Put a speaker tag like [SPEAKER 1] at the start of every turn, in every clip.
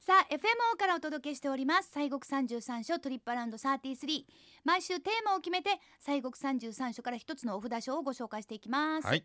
[SPEAKER 1] さあ FMO からお届けしております西国三十三所トリップアラウンド33毎週テーマを決めて西国三十三所から一つのお札書をご紹介していきます、
[SPEAKER 2] はい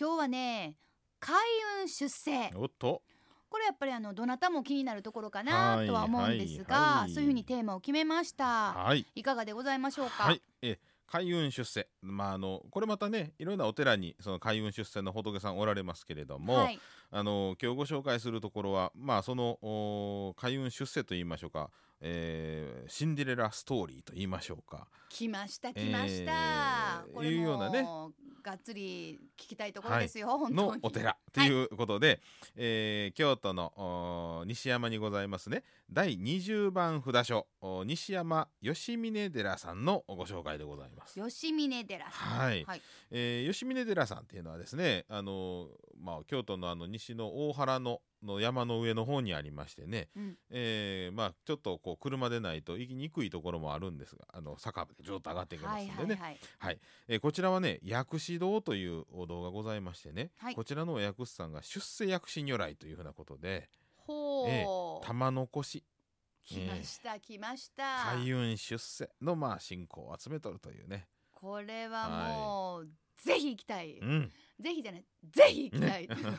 [SPEAKER 1] 今日はね開運出世
[SPEAKER 2] おっと
[SPEAKER 1] これやっぱりあのどなたも気になるところかな
[SPEAKER 2] はい
[SPEAKER 1] とは思うんですが、
[SPEAKER 2] はいはい
[SPEAKER 1] そういうふうにテーマを決めました
[SPEAKER 2] はい
[SPEAKER 1] いかがでございましょうか、
[SPEAKER 2] はいえ開運出世まああのこれまたねいろんなお寺にその開運出世の仏さんおられますけれども、
[SPEAKER 1] はい
[SPEAKER 2] あの今日ご紹介するところはまあそのお開運出世と言いましょうか、えーシンデレラストーリーと言いましょうか
[SPEAKER 1] 来ました来ました、
[SPEAKER 2] えー
[SPEAKER 1] これ
[SPEAKER 2] いうようなね
[SPEAKER 1] もがっつり聞きたいところですよ、本当
[SPEAKER 2] の
[SPEAKER 1] に
[SPEAKER 2] お寺ということで、えー京都のおー西山にございますね第20番札所お西山吉峰寺さんのご紹介でございます。
[SPEAKER 1] 吉峰寺さん
[SPEAKER 2] はい
[SPEAKER 1] はい
[SPEAKER 2] えー吉峰寺さんっていうのはですね、あのーまあ、京都のあの西の大原のの山の上の方にありましてね、
[SPEAKER 1] うん
[SPEAKER 2] えーまあ、ちょっとこう車でないと行きにくいところもあるんですがあの坂でずっと上がっていきますんでね、
[SPEAKER 1] はいはいはい
[SPEAKER 2] えーこちらはね薬師堂というお堂がございましてね、
[SPEAKER 1] はい
[SPEAKER 2] こちらのお薬師さんが出世薬師如来というふうなことで
[SPEAKER 1] ほう、
[SPEAKER 2] ええ玉の腰
[SPEAKER 1] 来ました来ました
[SPEAKER 2] 開運出世のまあ信仰を集めとるというね。
[SPEAKER 1] これはもう、ぜひ行きたい、
[SPEAKER 2] うん
[SPEAKER 1] ぜひじゃないぜひ行きたい、
[SPEAKER 2] ね
[SPEAKER 1] はい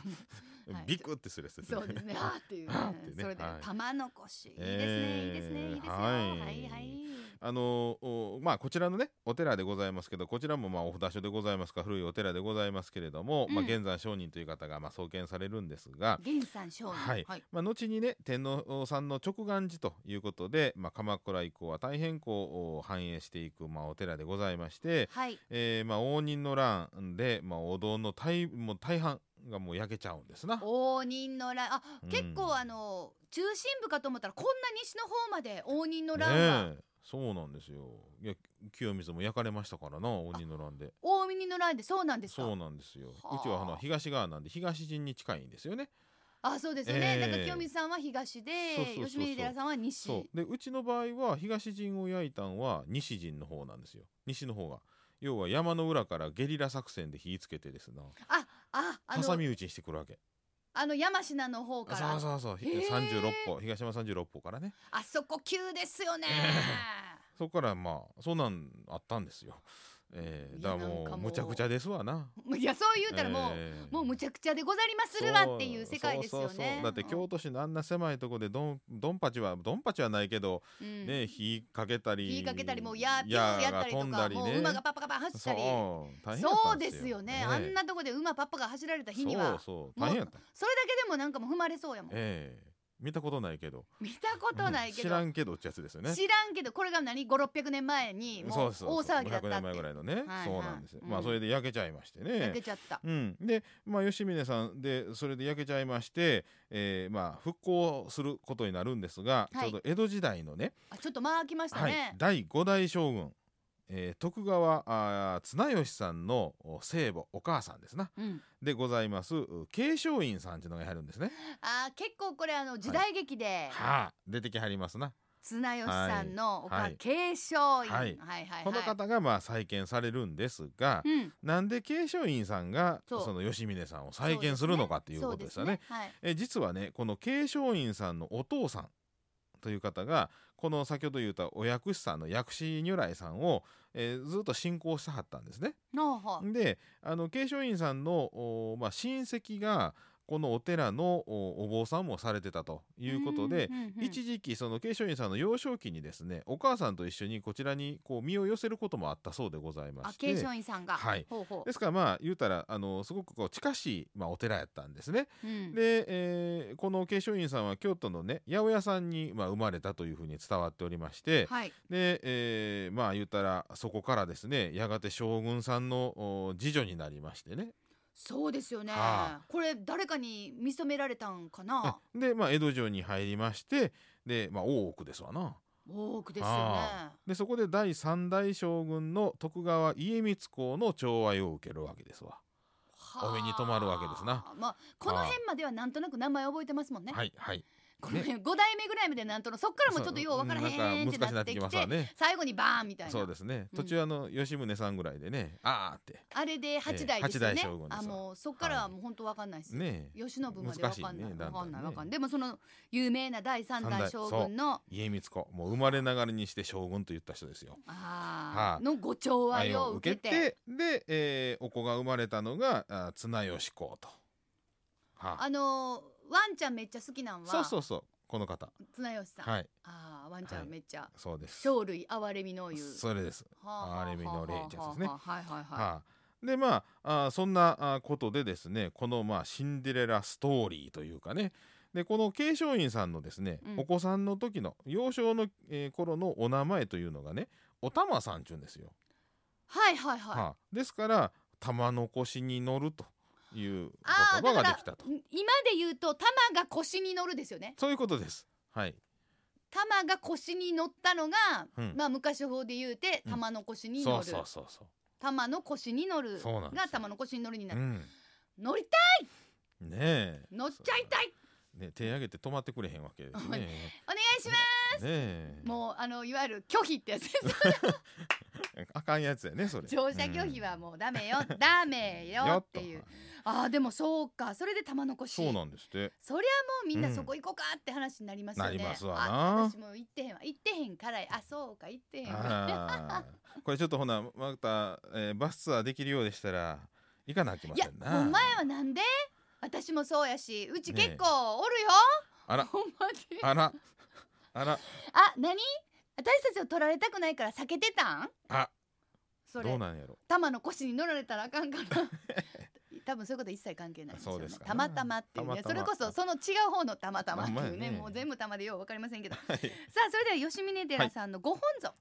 [SPEAKER 2] ビクってするやつです ね
[SPEAKER 1] そう ですねあーっていう、
[SPEAKER 2] あーってね
[SPEAKER 1] それで
[SPEAKER 2] はい
[SPEAKER 1] 玉の腰、いいですね
[SPEAKER 2] えー
[SPEAKER 1] いいですねいいですよ、
[SPEAKER 2] はい
[SPEAKER 1] はいはい
[SPEAKER 2] あのおまあこちらのねお寺でございますけどこちらもまあお札所でございますか古いお寺でございますけれども、
[SPEAKER 1] うん
[SPEAKER 2] まあ現在商人という方がまあ創建されるんですが、
[SPEAKER 1] 源さん商人
[SPEAKER 2] はい
[SPEAKER 1] はい、
[SPEAKER 2] まあ、後にね天皇さんの直願寺ということで、まあ、鎌倉以降は大変こうお繁栄していくまあお寺でございまして、
[SPEAKER 1] はい
[SPEAKER 2] えーまあ応仁の乱で、まあ、お堂の大もう大半がもう焼けちゃうんですな。
[SPEAKER 1] 応仁の乱あ、
[SPEAKER 2] うん
[SPEAKER 1] 結構あの中心部かと思ったらこんな西の方まで応仁の乱が、
[SPEAKER 2] ねえそうなんですよいや清水も焼かれましたからな応仁の乱で。
[SPEAKER 1] 大見の乱でそうなんですか
[SPEAKER 2] そうなんですよ。
[SPEAKER 1] はあ
[SPEAKER 2] うちはあの東側なんで東陣に近いんですよね。
[SPEAKER 1] あそうですよね、
[SPEAKER 2] ええ
[SPEAKER 1] だから清水さんは東で
[SPEAKER 2] そうそうそうそう
[SPEAKER 1] 吉見寺さんは西
[SPEAKER 2] そうでうちの場合は東陣を焼いたんは西陣の方なんですよ。西の方が要は山の裏からゲリラ作戦で火つけてですな
[SPEAKER 1] あああ
[SPEAKER 2] 挟
[SPEAKER 1] の
[SPEAKER 2] み撃ちにしてくるわけ。
[SPEAKER 1] あの山科の方から
[SPEAKER 2] そうそうそう、
[SPEAKER 1] へえ
[SPEAKER 2] 三十六歩東山三十六歩からね。
[SPEAKER 1] あそこ急ですよね、
[SPEAKER 2] そこからまあそんなんあったんですよ。えー、
[SPEAKER 1] い
[SPEAKER 2] だ
[SPEAKER 1] や
[SPEAKER 2] からも
[SPEAKER 1] なんか
[SPEAKER 2] う
[SPEAKER 1] もう
[SPEAKER 2] むちゃくちゃですわな。
[SPEAKER 1] いやそう言うたらもう、
[SPEAKER 2] えー
[SPEAKER 1] もうむちゃくちゃでござりまするわっていう世界ですよ
[SPEAKER 2] そうそうそ
[SPEAKER 1] ね
[SPEAKER 2] うだって京都市のあんな狭いとこでどんどんぱちはどんぱちはないけど、
[SPEAKER 1] うん
[SPEAKER 2] ね、火かけたり
[SPEAKER 1] 火かけたりもうやーピュー
[SPEAKER 2] 矢
[SPEAKER 1] やったりとか
[SPEAKER 2] が飛んだりね
[SPEAKER 1] もう馬がパッパカパン走っ
[SPEAKER 2] そ
[SPEAKER 1] た
[SPEAKER 2] う
[SPEAKER 1] り
[SPEAKER 2] 大変やった
[SPEAKER 1] そうんですよねあんなとこで馬パッパが走られた日には
[SPEAKER 2] そうそう大変やった
[SPEAKER 1] それだけでもなんかもう踏まれそうやもん
[SPEAKER 2] ええ見たことないけど
[SPEAKER 1] 見たことないけど
[SPEAKER 2] 知らんけどってやつですよね
[SPEAKER 1] 知らんけどこれが何5600年前にもう大騒ぎだった
[SPEAKER 2] 500
[SPEAKER 1] っ
[SPEAKER 2] 年前
[SPEAKER 1] て
[SPEAKER 2] ぐらいのね、
[SPEAKER 1] はい
[SPEAKER 2] そうなんですよ、
[SPEAKER 1] うん
[SPEAKER 2] まあそれで焼けちゃいましてね
[SPEAKER 1] 焼けちゃった
[SPEAKER 2] うん、で、まあ、吉峰さんでそれで焼けちゃいまして、えーまあ、復興することになるんですが、
[SPEAKER 1] はい
[SPEAKER 2] ちょうど江戸時代のね、
[SPEAKER 1] あちょっと回きました
[SPEAKER 2] はい
[SPEAKER 1] ね、
[SPEAKER 2] 第5代将軍、えー徳川あー綱吉さんのお聖母お母さんですな
[SPEAKER 1] うん
[SPEAKER 2] でございますう継承院さんっていうのがやるんですね。
[SPEAKER 1] あ結構これあの時代劇で
[SPEAKER 2] はあ、出てきはりますな。
[SPEAKER 1] 綱吉さんのおか
[SPEAKER 2] はい
[SPEAKER 1] 継承院は
[SPEAKER 2] はいい
[SPEAKER 1] はいはい
[SPEAKER 2] この方がまあ再建されるんですが、
[SPEAKER 1] うん
[SPEAKER 2] なんで継承院さんが
[SPEAKER 1] そう
[SPEAKER 2] その吉峰さんを再建するのかっていう
[SPEAKER 1] そ
[SPEAKER 2] こ
[SPEAKER 1] う
[SPEAKER 2] とですよね。
[SPEAKER 1] はい
[SPEAKER 2] え実はねこの継承院さんのお父さんという方がこの先ほど言ったお薬師さんの薬師如来さんを、えーずっと信仰してはったんですね。
[SPEAKER 1] のほう
[SPEAKER 2] であの継承院さんの、おまあ、親戚がこのお寺のおお坊さんもされてたということで
[SPEAKER 1] うんうんうん
[SPEAKER 2] 一時期その継承院さんの幼少期にですねお母さんと一緒にこちらにこう身を寄せることもあったそうでございま
[SPEAKER 1] あ
[SPEAKER 2] して
[SPEAKER 1] 継承院さんが
[SPEAKER 2] はい
[SPEAKER 1] ほうほう
[SPEAKER 2] ですからまあ言うたらあのすごくこう近しい、まあ、お寺やったんですね。
[SPEAKER 1] うん
[SPEAKER 2] で、えーこの継承院さんは京都のね八百屋さんに、まあ、生まれたというふうに伝わっておりまして、
[SPEAKER 1] はい
[SPEAKER 2] で、えーまあ言ったらそこからですねやがて将軍さんのお次女になりましてね
[SPEAKER 1] そうですよね
[SPEAKER 2] は
[SPEAKER 1] これ誰かに見初められたんかな
[SPEAKER 2] で、まあ、江戸城に入りましてで、まあ、大奥ですわな
[SPEAKER 1] 多くですよね
[SPEAKER 2] はでそこで第三代将軍の徳川家光公の寵愛を受けるわけですわ。
[SPEAKER 1] はあ
[SPEAKER 2] お目に留まるわけですな
[SPEAKER 1] まあこの
[SPEAKER 2] はい
[SPEAKER 1] 辺まではなんとなく名前覚えてますもんね
[SPEAKER 2] はいはい
[SPEAKER 1] この辺5代目ぐらいまでなんとのそっからもちょっとよう分からへんって
[SPEAKER 2] そううんな
[SPEAKER 1] な
[SPEAKER 2] んか難しくな
[SPEAKER 1] っ
[SPEAKER 2] って
[SPEAKER 1] き
[SPEAKER 2] てき
[SPEAKER 1] て
[SPEAKER 2] ますわね
[SPEAKER 1] 最後にバーンみたいな
[SPEAKER 2] そうですね
[SPEAKER 1] うん
[SPEAKER 2] 途中あの吉宗さんぐらいでねあーって
[SPEAKER 1] あれで8代ですよ
[SPEAKER 2] ええ八代
[SPEAKER 1] ね、
[SPEAKER 2] 将軍です
[SPEAKER 1] あもうそっからはもう本当わかんないです、
[SPEAKER 2] ねえ
[SPEAKER 1] 吉信までわかんない
[SPEAKER 2] 難しいね
[SPEAKER 1] わかんなん
[SPEAKER 2] だだ
[SPEAKER 1] い
[SPEAKER 2] んね
[SPEAKER 1] わかんないでもその有名な第三
[SPEAKER 2] 三
[SPEAKER 1] 代
[SPEAKER 2] 代
[SPEAKER 1] 将軍の
[SPEAKER 2] 家光子もう生まれながらにして将軍と言った人ですよ。
[SPEAKER 1] あー
[SPEAKER 2] はい
[SPEAKER 1] のご調和を受けて
[SPEAKER 2] で、えーお子が生まれたのがあ綱吉公と。は
[SPEAKER 1] あのーワンちゃんめっちゃ好きなん
[SPEAKER 2] い
[SPEAKER 1] は
[SPEAKER 2] そうそうそうこの方
[SPEAKER 1] 綱吉さん、
[SPEAKER 2] はい
[SPEAKER 1] あーワンちゃんめっちゃ、
[SPEAKER 2] そうです。
[SPEAKER 1] 生類憐れみの言う
[SPEAKER 2] それです。
[SPEAKER 1] はあ
[SPEAKER 2] 憐れみの霊ってやつですね
[SPEAKER 1] はあはあはあはいはいはい、
[SPEAKER 2] はい。でまああーそんなあーことでですねこの、まあ、シンデレラストーリーというかねでこの継承院さんのですね、
[SPEAKER 1] うん
[SPEAKER 2] お子さんの時の幼少の、えー頃のお名前というのがねおたまさんちゅうんですよ。
[SPEAKER 1] はいはいはい
[SPEAKER 2] はい、ですから玉の腰に乗るという
[SPEAKER 1] ああ
[SPEAKER 2] 言葉
[SPEAKER 1] だ
[SPEAKER 2] が
[SPEAKER 1] か
[SPEAKER 2] で
[SPEAKER 1] ら
[SPEAKER 2] きたと
[SPEAKER 1] 今で言うと玉が腰に乗るですよね
[SPEAKER 2] そういうことです。はい、
[SPEAKER 1] 玉が腰に乗ったのが、
[SPEAKER 2] うん
[SPEAKER 1] まあ昔法で言うて
[SPEAKER 2] うん
[SPEAKER 1] 玉の腰に乗
[SPEAKER 2] そ
[SPEAKER 1] る、
[SPEAKER 2] うそうそうそ
[SPEAKER 1] 玉の腰に乗る
[SPEAKER 2] そうなんですよ
[SPEAKER 1] が玉の腰に乗るにな
[SPEAKER 2] う。う
[SPEAKER 1] る、
[SPEAKER 2] ん、
[SPEAKER 1] 乗りたい
[SPEAKER 2] ねえ
[SPEAKER 1] 乗っちゃいたい
[SPEAKER 2] ね手挙げて止まってくれへんわけですね。ね
[SPEAKER 1] お願いしま
[SPEAKER 2] え
[SPEAKER 1] すもうあのいわゆる拒否ってやつです
[SPEAKER 2] あかんやつやねそれ。
[SPEAKER 1] 乗車拒否は
[SPEAKER 2] う
[SPEAKER 1] もうダメよ、ダメ
[SPEAKER 2] ん
[SPEAKER 1] よ
[SPEAKER 2] や
[SPEAKER 1] っていうあ
[SPEAKER 2] は
[SPEAKER 1] ーでもそうかそれで玉の腰
[SPEAKER 2] そうなんですって。
[SPEAKER 1] そりゃもうみんなそこ行こうかって話になりますよね、
[SPEAKER 2] なりますわな
[SPEAKER 1] あ私も行ってへんわ行ってへんからあそうか行ってへんわ
[SPEAKER 2] あーこれちょっとほなまた、えーバスツアーできるようでしたら行かなあきま
[SPEAKER 1] い
[SPEAKER 2] せ
[SPEAKER 1] や
[SPEAKER 2] んな。
[SPEAKER 1] お前はなんで私もそうやしうち
[SPEAKER 2] ねえ
[SPEAKER 1] 結構おるよ、
[SPEAKER 2] あら
[SPEAKER 1] ほんまに
[SPEAKER 2] あらあら
[SPEAKER 1] あ何私たちを取られたくないから避けてたん
[SPEAKER 2] あ
[SPEAKER 1] そ
[SPEAKER 2] ど
[SPEAKER 1] れ
[SPEAKER 2] うなんやろ。
[SPEAKER 1] 玉の腰に乗られたらあかんから 多分そういうこと一切関係ないですよね
[SPEAKER 2] そうですか
[SPEAKER 1] たまたまっていうね
[SPEAKER 2] た
[SPEAKER 1] そ
[SPEAKER 2] またま
[SPEAKER 1] れこそその違う方のたまたまっていうね
[SPEAKER 2] ほんまやね
[SPEAKER 1] もう全部たまでよう分かりませんけどさ
[SPEAKER 2] は
[SPEAKER 1] あ
[SPEAKER 2] い
[SPEAKER 1] それでは吉峰寺さんのご本尊、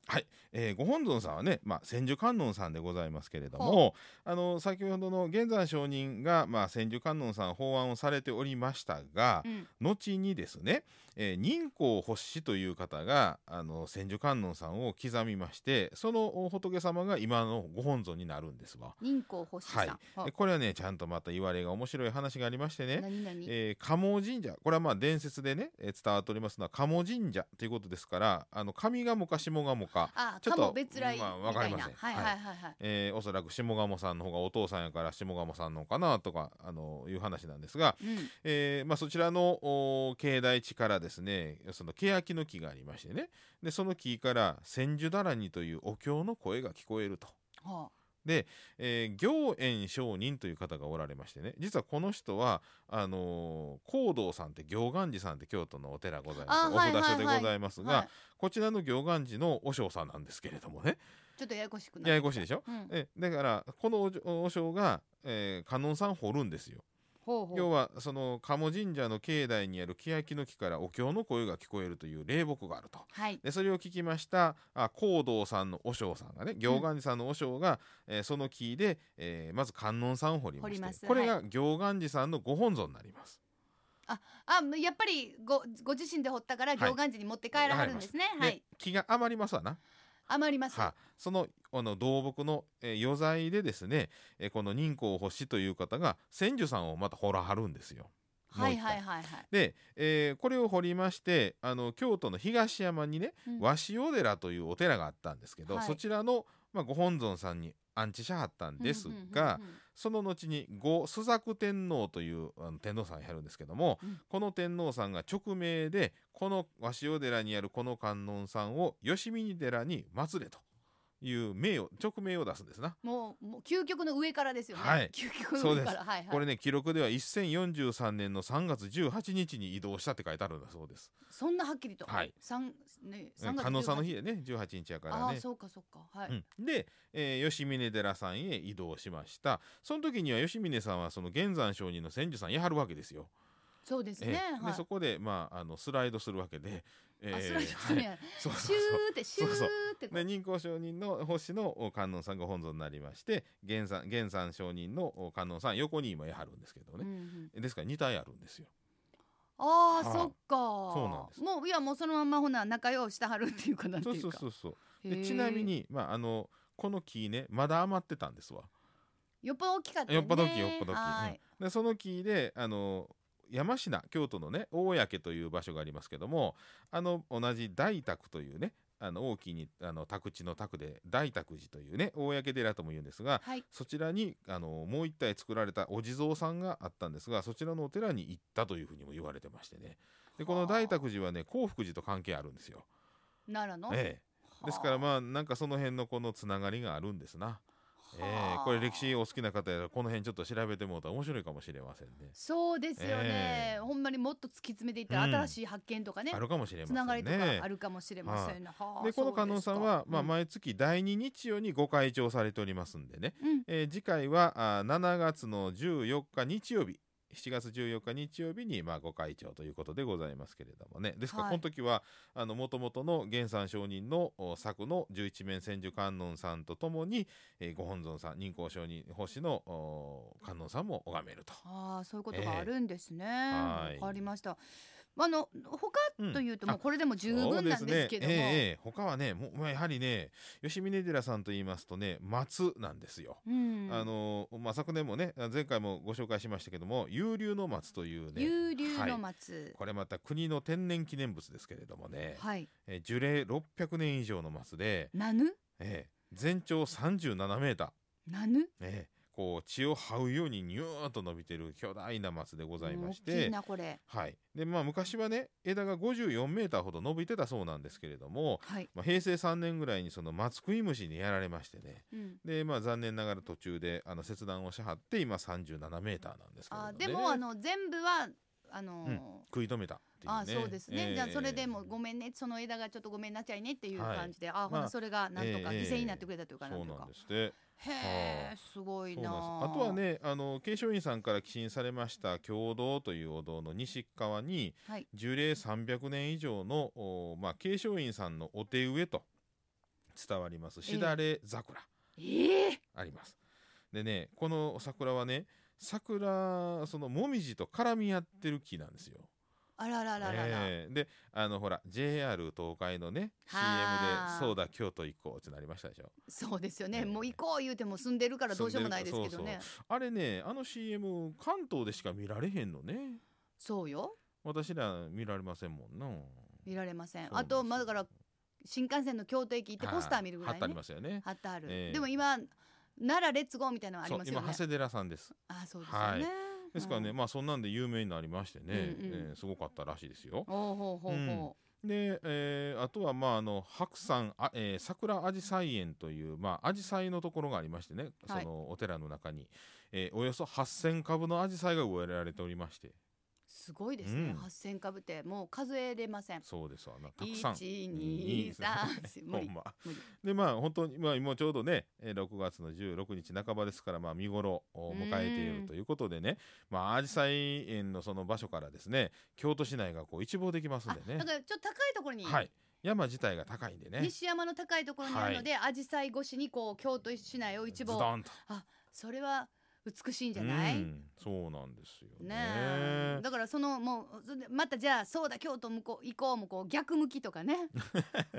[SPEAKER 2] えーご本尊さんはね、まあ、千手観音さんでございますけれどもあの先ほどの現山上人が、まあ、千手観音さん法案をされておりましたが、
[SPEAKER 1] うん
[SPEAKER 2] 後にですね、えー、任光法師という方があの千手観音さんを刻みましてそのお仏様が今のご本尊になるんですわ。
[SPEAKER 1] 任光星さん、
[SPEAKER 2] はい
[SPEAKER 1] は
[SPEAKER 2] でこれはねちゃんとまた言われが面白い話がありましてね、
[SPEAKER 1] 何々、
[SPEAKER 2] えー、鴨神社これはまあ伝説でね、えー伝わっておりますのは鴨神社ということですからあの上賀茂か下賀茂か
[SPEAKER 1] あ
[SPEAKER 2] ちょっ
[SPEAKER 1] か
[SPEAKER 2] と
[SPEAKER 1] も別来み
[SPEAKER 2] まあわか
[SPEAKER 1] た
[SPEAKER 2] り
[SPEAKER 1] いな、
[SPEAKER 2] ません
[SPEAKER 1] はいはいはいはい
[SPEAKER 2] えーおそらく下鴨さんの方がお父さんやから下鴨さんのかなとか、あのいう話なんですが、
[SPEAKER 1] うん
[SPEAKER 2] えーまあ、そちらのお境内地からですねその欅の木がありましてねでその木から千手だらにというお経の声が聞こえると。
[SPEAKER 1] は
[SPEAKER 2] えー行円上人という方がおられましてね実はこの人はあのー行道さんって行願寺さんって京都のお寺ございます
[SPEAKER 1] あはい
[SPEAKER 2] お札所で
[SPEAKER 1] はいは
[SPEAKER 2] ご
[SPEAKER 1] い
[SPEAKER 2] ざいます
[SPEAKER 1] あ
[SPEAKER 2] が、
[SPEAKER 1] は
[SPEAKER 2] こちらの行願寺の和尚さんなんですけれどもね
[SPEAKER 1] い、ちょっとややこしくな
[SPEAKER 2] ややこしいでしょ
[SPEAKER 1] い、うん、
[SPEAKER 2] えだからこのお嬢お嬢が、えー観音さん掘るんですよ
[SPEAKER 1] ほうほう
[SPEAKER 2] 要はその鴨神社の境内にある欅の木からお経の声が聞こえるという霊木があると
[SPEAKER 1] はい
[SPEAKER 2] でそれを聞きましたあ高道さんの和尚さんがね行願寺さんの和尚が、えーその木で、えーまず観音さんを掘りま
[SPEAKER 1] 掘り
[SPEAKER 2] し
[SPEAKER 1] ま
[SPEAKER 2] て
[SPEAKER 1] す
[SPEAKER 2] これが行願寺さんのご本尊になります。
[SPEAKER 1] あやっぱりごご自身で掘ったから
[SPEAKER 2] はい
[SPEAKER 1] 行願寺に持って帰らはるんですねはい、
[SPEAKER 2] で木が余りますわな
[SPEAKER 1] 余ります
[SPEAKER 2] はそのあの道木の、えー余罪でですね、えーこの任光星という方が千手さんをまた掘らはるんですよ。も
[SPEAKER 1] は
[SPEAKER 2] う
[SPEAKER 1] い
[SPEAKER 2] 一
[SPEAKER 1] は
[SPEAKER 2] 体
[SPEAKER 1] いはいはい
[SPEAKER 2] で、えーこれを掘りましてあの京都の東山にね、
[SPEAKER 1] うん
[SPEAKER 2] 鷲尾寺というお寺があったんですけど、
[SPEAKER 1] はい
[SPEAKER 2] そちらの、まあ、ご本尊さんに安置しはったんですが、
[SPEAKER 1] うんうんうんうん
[SPEAKER 2] その後に後朱雀天皇というあの天皇さんがやるんですけども、
[SPEAKER 1] うん
[SPEAKER 2] この天皇さんが直命でこの鷲尾寺にあるこの観音さんを吉見寺に祀れという名を直命を出すんですな。
[SPEAKER 1] もうもう究極の上からですよね、
[SPEAKER 2] はい
[SPEAKER 1] 究極の上からはいはい
[SPEAKER 2] これね記録では1043年の3月18日に移動したって書いてあるんだそうです。
[SPEAKER 1] そんなはっきりと
[SPEAKER 2] はい
[SPEAKER 1] 三ね
[SPEAKER 2] うん
[SPEAKER 1] 三月
[SPEAKER 2] 観音さんの
[SPEAKER 1] 18
[SPEAKER 2] 日でね18日やから
[SPEAKER 1] ああ
[SPEAKER 2] ね。
[SPEAKER 1] そうかそうかはい、
[SPEAKER 2] うんで、えー吉峰寺さんへ移動しましたその時には吉峰さんはその現山上人の千住さんやはるわけですよ。
[SPEAKER 1] そうです
[SPEAKER 2] え
[SPEAKER 1] ね、
[SPEAKER 2] ー
[SPEAKER 1] は
[SPEAKER 2] で
[SPEAKER 1] い
[SPEAKER 2] そこで、まあ、あのスライドするわけで、えー
[SPEAKER 1] あスライドする
[SPEAKER 2] はい
[SPEAKER 1] やん、
[SPEAKER 2] そう
[SPEAKER 1] シ
[SPEAKER 2] そ
[SPEAKER 1] ュ
[SPEAKER 2] うそう
[SPEAKER 1] ーってシューってこう
[SPEAKER 2] で任光上人の星のお観音さんが本尊になりまして源山源山上人のお観音さん横に今やはるんですけど
[SPEAKER 1] う
[SPEAKER 2] ね、
[SPEAKER 1] んうん
[SPEAKER 2] ですから2体あるんですよ。
[SPEAKER 1] ああ、
[SPEAKER 2] はい
[SPEAKER 1] そっか
[SPEAKER 2] そうなんです
[SPEAKER 1] もういやもうそのまんまほな仲良うしたはるっていうかなんて
[SPEAKER 2] そ
[SPEAKER 1] いううか
[SPEAKER 2] そうそうそう
[SPEAKER 1] へ
[SPEAKER 2] で
[SPEAKER 1] ー
[SPEAKER 2] ちなみに、まあ、あのこの木ねまだ余ってたんですわ。
[SPEAKER 1] よっぽど大きかったね
[SPEAKER 2] よっぽど木よっぽど木、
[SPEAKER 1] はい
[SPEAKER 2] うんでその木であの山科京都のね大焼という場所がありますけどもあの同じ大宅というねあの大きいにあの宅地の宅で大宅寺というね大焼寺とも言うんですが
[SPEAKER 1] はい
[SPEAKER 2] そちらにあのもう一体作られたお地蔵さんがあったんですがそちらのお寺に行ったというふうにも言われてましてねでこの大宅寺はね興福寺と関係あるんですよ。
[SPEAKER 1] 奈良の、
[SPEAKER 2] ええ、ですからまあなんかその辺のこのつながりがあるんですな。ええこれ歴史
[SPEAKER 1] を
[SPEAKER 2] お好きな方やらこの辺ちょっと調べてもらったら面白いかもしれませんね。
[SPEAKER 1] そうですよね、
[SPEAKER 2] ええ
[SPEAKER 1] ほんまにもっと突き詰めていったら
[SPEAKER 2] うん
[SPEAKER 1] 新しい発見とかね、
[SPEAKER 2] あるかもしれま
[SPEAKER 1] つ
[SPEAKER 2] せんね。
[SPEAKER 1] ながりとかあるかもしれませんね、はあ
[SPEAKER 2] でこの
[SPEAKER 1] そう
[SPEAKER 2] 観
[SPEAKER 1] で
[SPEAKER 2] 音
[SPEAKER 1] すか
[SPEAKER 2] さんは、まあ、
[SPEAKER 1] うん
[SPEAKER 2] 毎月第2日曜にご開帳されておりますんでね、
[SPEAKER 1] うん
[SPEAKER 2] えー次回はあー7月の14日日曜日7月14日日曜日に、まあ、ご開帳ということでございますけれどもねですから、
[SPEAKER 1] はい
[SPEAKER 2] この時はあの元々の源さん上人のお作の十一面千手観音さんとともに、えーご本尊さん仁光上人星のお観音さんも拝めると。
[SPEAKER 1] ああそういうこと
[SPEAKER 2] え
[SPEAKER 1] が
[SPEAKER 2] え
[SPEAKER 1] あるんですね。わ、
[SPEAKER 2] はい
[SPEAKER 1] かりました。あの他
[SPEAKER 2] うん
[SPEAKER 1] というと
[SPEAKER 2] あ
[SPEAKER 1] もうこれでも十分なんですけども、
[SPEAKER 2] そうねええええ他はねもうまあやはりね吉峰寺さんと言いますとね松なんですよ。
[SPEAKER 1] うん、
[SPEAKER 2] あのまあ、昨年もねあ前回もご紹介しましたけども幽流の松というね
[SPEAKER 1] 有流の
[SPEAKER 2] はい
[SPEAKER 1] 松、
[SPEAKER 2] これまた国の天然記念物ですけれどもね、
[SPEAKER 1] はい、
[SPEAKER 2] えー樹齢600年以上の松で、
[SPEAKER 1] なぬ
[SPEAKER 2] えー全長37メータ
[SPEAKER 1] なぬ
[SPEAKER 2] ー、えーこう血を這うようにニューッと伸びてる巨大な松でございまし
[SPEAKER 1] 大きい
[SPEAKER 2] て、
[SPEAKER 1] なこれ。
[SPEAKER 2] はいでまあ、昔はね枝が54メーターほど伸びてたそうなんですけれども、
[SPEAKER 1] はい。
[SPEAKER 2] まあ、平成3年ぐらいにその松食い虫にやられましてね
[SPEAKER 1] うん。
[SPEAKER 2] でまあ残念ながら途中であの切断をしはって今37メーターなんですけれど
[SPEAKER 1] あ
[SPEAKER 2] ね。
[SPEAKER 1] でもあの全部はあのー
[SPEAKER 2] うん食い止めたっていうね。
[SPEAKER 1] あそうですね、
[SPEAKER 2] ええ
[SPEAKER 1] じゃあそれでもごめんねその枝がちょっとごめんなっちゃいねっていう
[SPEAKER 2] はい
[SPEAKER 1] 感じで、あほ
[SPEAKER 2] ま
[SPEAKER 1] な
[SPEAKER 2] あ
[SPEAKER 1] それがなんとか
[SPEAKER 2] ええ
[SPEAKER 1] 犠牲になってくれたというかな
[SPEAKER 2] そうん
[SPEAKER 1] と
[SPEAKER 2] なん
[SPEAKER 1] か
[SPEAKER 2] で、すって。
[SPEAKER 1] へ
[SPEAKER 2] は
[SPEAKER 1] えすごい
[SPEAKER 2] そう
[SPEAKER 1] な
[SPEAKER 2] なんですあとはねあの継承院さんから寄進されました経堂というお堂の西側に、
[SPEAKER 1] はい
[SPEAKER 2] 樹齢300年以上のおまあ継承院さんのお手植えと伝わりますしだれ桜
[SPEAKER 1] ええ
[SPEAKER 2] あります。でねこの桜はね桜そのもみじと絡み合ってる木なんですよ。
[SPEAKER 1] あららららら、
[SPEAKER 2] ええであのほら JR 東海のね CM
[SPEAKER 1] はあ
[SPEAKER 2] で「そうだ京都行こう」ってなりましたでしょ
[SPEAKER 1] そうですよね、
[SPEAKER 2] ええ
[SPEAKER 1] もう行こう言うても住んでるからどうしようもないですけどね
[SPEAKER 2] あれねあの CM 関東でしか見られへんのね
[SPEAKER 1] そうよ
[SPEAKER 2] 私ら見られませんもんな
[SPEAKER 1] 見られません
[SPEAKER 2] そう
[SPEAKER 1] あ
[SPEAKER 2] なんですよ
[SPEAKER 1] とまあだから新幹線の京都駅行ってポスター見るぐら
[SPEAKER 2] はい貼ってあり
[SPEAKER 1] ね
[SPEAKER 2] ますよね
[SPEAKER 1] 貼ってある、
[SPEAKER 2] ええ
[SPEAKER 1] でも今奈良レッツゴーみたいなのあり
[SPEAKER 2] そう
[SPEAKER 1] ますよ
[SPEAKER 2] 今
[SPEAKER 1] ね
[SPEAKER 2] 長谷寺さんです
[SPEAKER 1] あそうですよね、
[SPEAKER 2] はですからね、
[SPEAKER 1] うん
[SPEAKER 2] まあそんなんで有名になりましてね、
[SPEAKER 1] うんうん
[SPEAKER 2] ええすごかったらしいですよ
[SPEAKER 1] おうほうほうほう、
[SPEAKER 2] で、えーあとはまああの白山あ、えー桜あじさい園というまあアジサイのところがありましてね、
[SPEAKER 1] はい
[SPEAKER 2] そのお寺の中に、えーおよそ8,000株のアジサイが植えられておりまして
[SPEAKER 1] すごいですね、
[SPEAKER 2] うん
[SPEAKER 1] 8000株ってもう数えれません
[SPEAKER 2] そうですわなたくさん。
[SPEAKER 1] 123無
[SPEAKER 2] ほ
[SPEAKER 1] 理
[SPEAKER 2] んま
[SPEAKER 1] 無理
[SPEAKER 2] でまあ本当にまあ今ちょうどねえー6月の16日半ばですからまあ見頃を迎えてい
[SPEAKER 1] うん
[SPEAKER 2] るということでねまあアジサイ園のその場所からですね京都市内がこう一望できますん
[SPEAKER 1] あ
[SPEAKER 2] で
[SPEAKER 1] だ
[SPEAKER 2] ね
[SPEAKER 1] からちょっと高いところに、
[SPEAKER 2] はい山自体が高いんでね
[SPEAKER 1] 西山の高いところにあるので、紫陽花越しにこう京都市内を一
[SPEAKER 2] ズ
[SPEAKER 1] 望
[SPEAKER 2] ドンと
[SPEAKER 1] それは美しいんじゃない、
[SPEAKER 2] うん、そうなんですよね
[SPEAKER 1] ねえだからそのもうそれでまたじゃあそうだ京都向こう行こうもこう逆向きとかね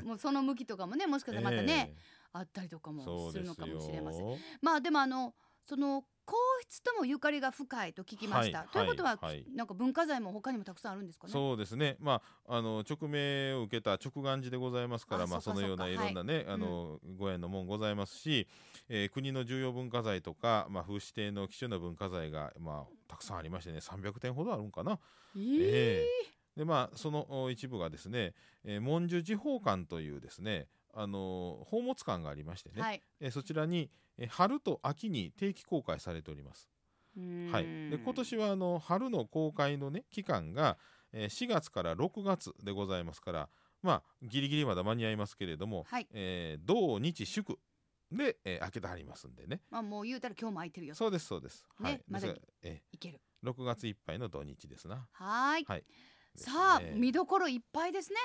[SPEAKER 1] もうその向きとかもねもしかしたらまたね、
[SPEAKER 2] え
[SPEAKER 1] あったりとか
[SPEAKER 2] え
[SPEAKER 1] も
[SPEAKER 2] そう
[SPEAKER 1] する
[SPEAKER 2] で
[SPEAKER 1] の
[SPEAKER 2] す
[SPEAKER 1] かもしれません。
[SPEAKER 2] よ
[SPEAKER 1] まあでもあのその皇室ともゆかりが深いと聞きました。
[SPEAKER 2] はい
[SPEAKER 1] ということは、
[SPEAKER 2] はいはい
[SPEAKER 1] なんか文化財も他にもたくさんあるんですかね。
[SPEAKER 2] そうですね、まあ、あの直命を受けた直願寺でございますから
[SPEAKER 1] あ
[SPEAKER 2] まあ、
[SPEAKER 1] そう
[SPEAKER 2] そ
[SPEAKER 1] か
[SPEAKER 2] のような
[SPEAKER 1] そう
[SPEAKER 2] い
[SPEAKER 1] か
[SPEAKER 2] ろんなね、あのご縁の門ございますし、えー国の重要文化財とか、まあ、風刺亭の貴重な文化財が、まあ、たくさんありましてね300点ほどあるんかな。
[SPEAKER 1] え
[SPEAKER 2] ええでまあそのお一部がですね、えー文殊寺宝館というですねあのー宝物館がありましてね、
[SPEAKER 1] はい。
[SPEAKER 2] えーそちらに、えー春と秋に定期公開されております。は、
[SPEAKER 1] はい
[SPEAKER 2] で今年はあの春の公開の、ね、期間が、えー4月から6月でございますから、まあ、ギリギリまだ間に合いますけれども、
[SPEAKER 1] はい。
[SPEAKER 2] えー同日祝で、えー開けてはりますんでね
[SPEAKER 1] まあもう言うたら今日も空いてるよ。
[SPEAKER 2] そうですそうです、
[SPEAKER 1] ね
[SPEAKER 2] はい
[SPEAKER 1] まだ
[SPEAKER 2] ですがえ
[SPEAKER 1] いける。
[SPEAKER 2] ー6月いっぱいの土日ですな。
[SPEAKER 1] はーい。
[SPEAKER 2] はい
[SPEAKER 1] さあ、
[SPEAKER 2] ですね
[SPEAKER 1] 見どころいっぱいですね。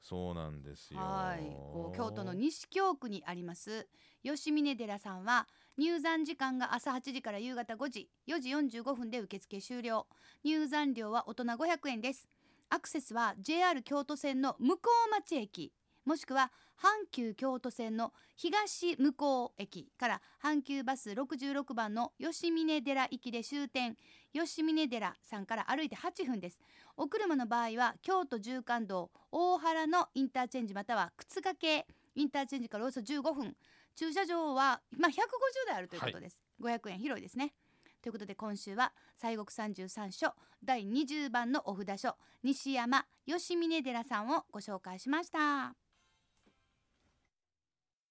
[SPEAKER 2] そうなんですよ
[SPEAKER 1] はい、こう京都の西京区にあります吉峰寺さんは入山時間が朝8時から夕方5時4時45分で受付終了入山料は大人500円ですアクセスは JR 京都線の向こう町駅もしくは阪急京都線の東向こう駅から阪急バス66番の吉峰寺行きで終点吉峰寺さんから歩いて8分ですお車の場合は京都縦貫道大原のインターチェンジまたは靴掛けインターチェンジからおよそ15分駐車場は、まあ、150台あるということです、500円広いですねということで今週は西国三十三所第20番のお札所西山吉峰寺さんをご紹介しました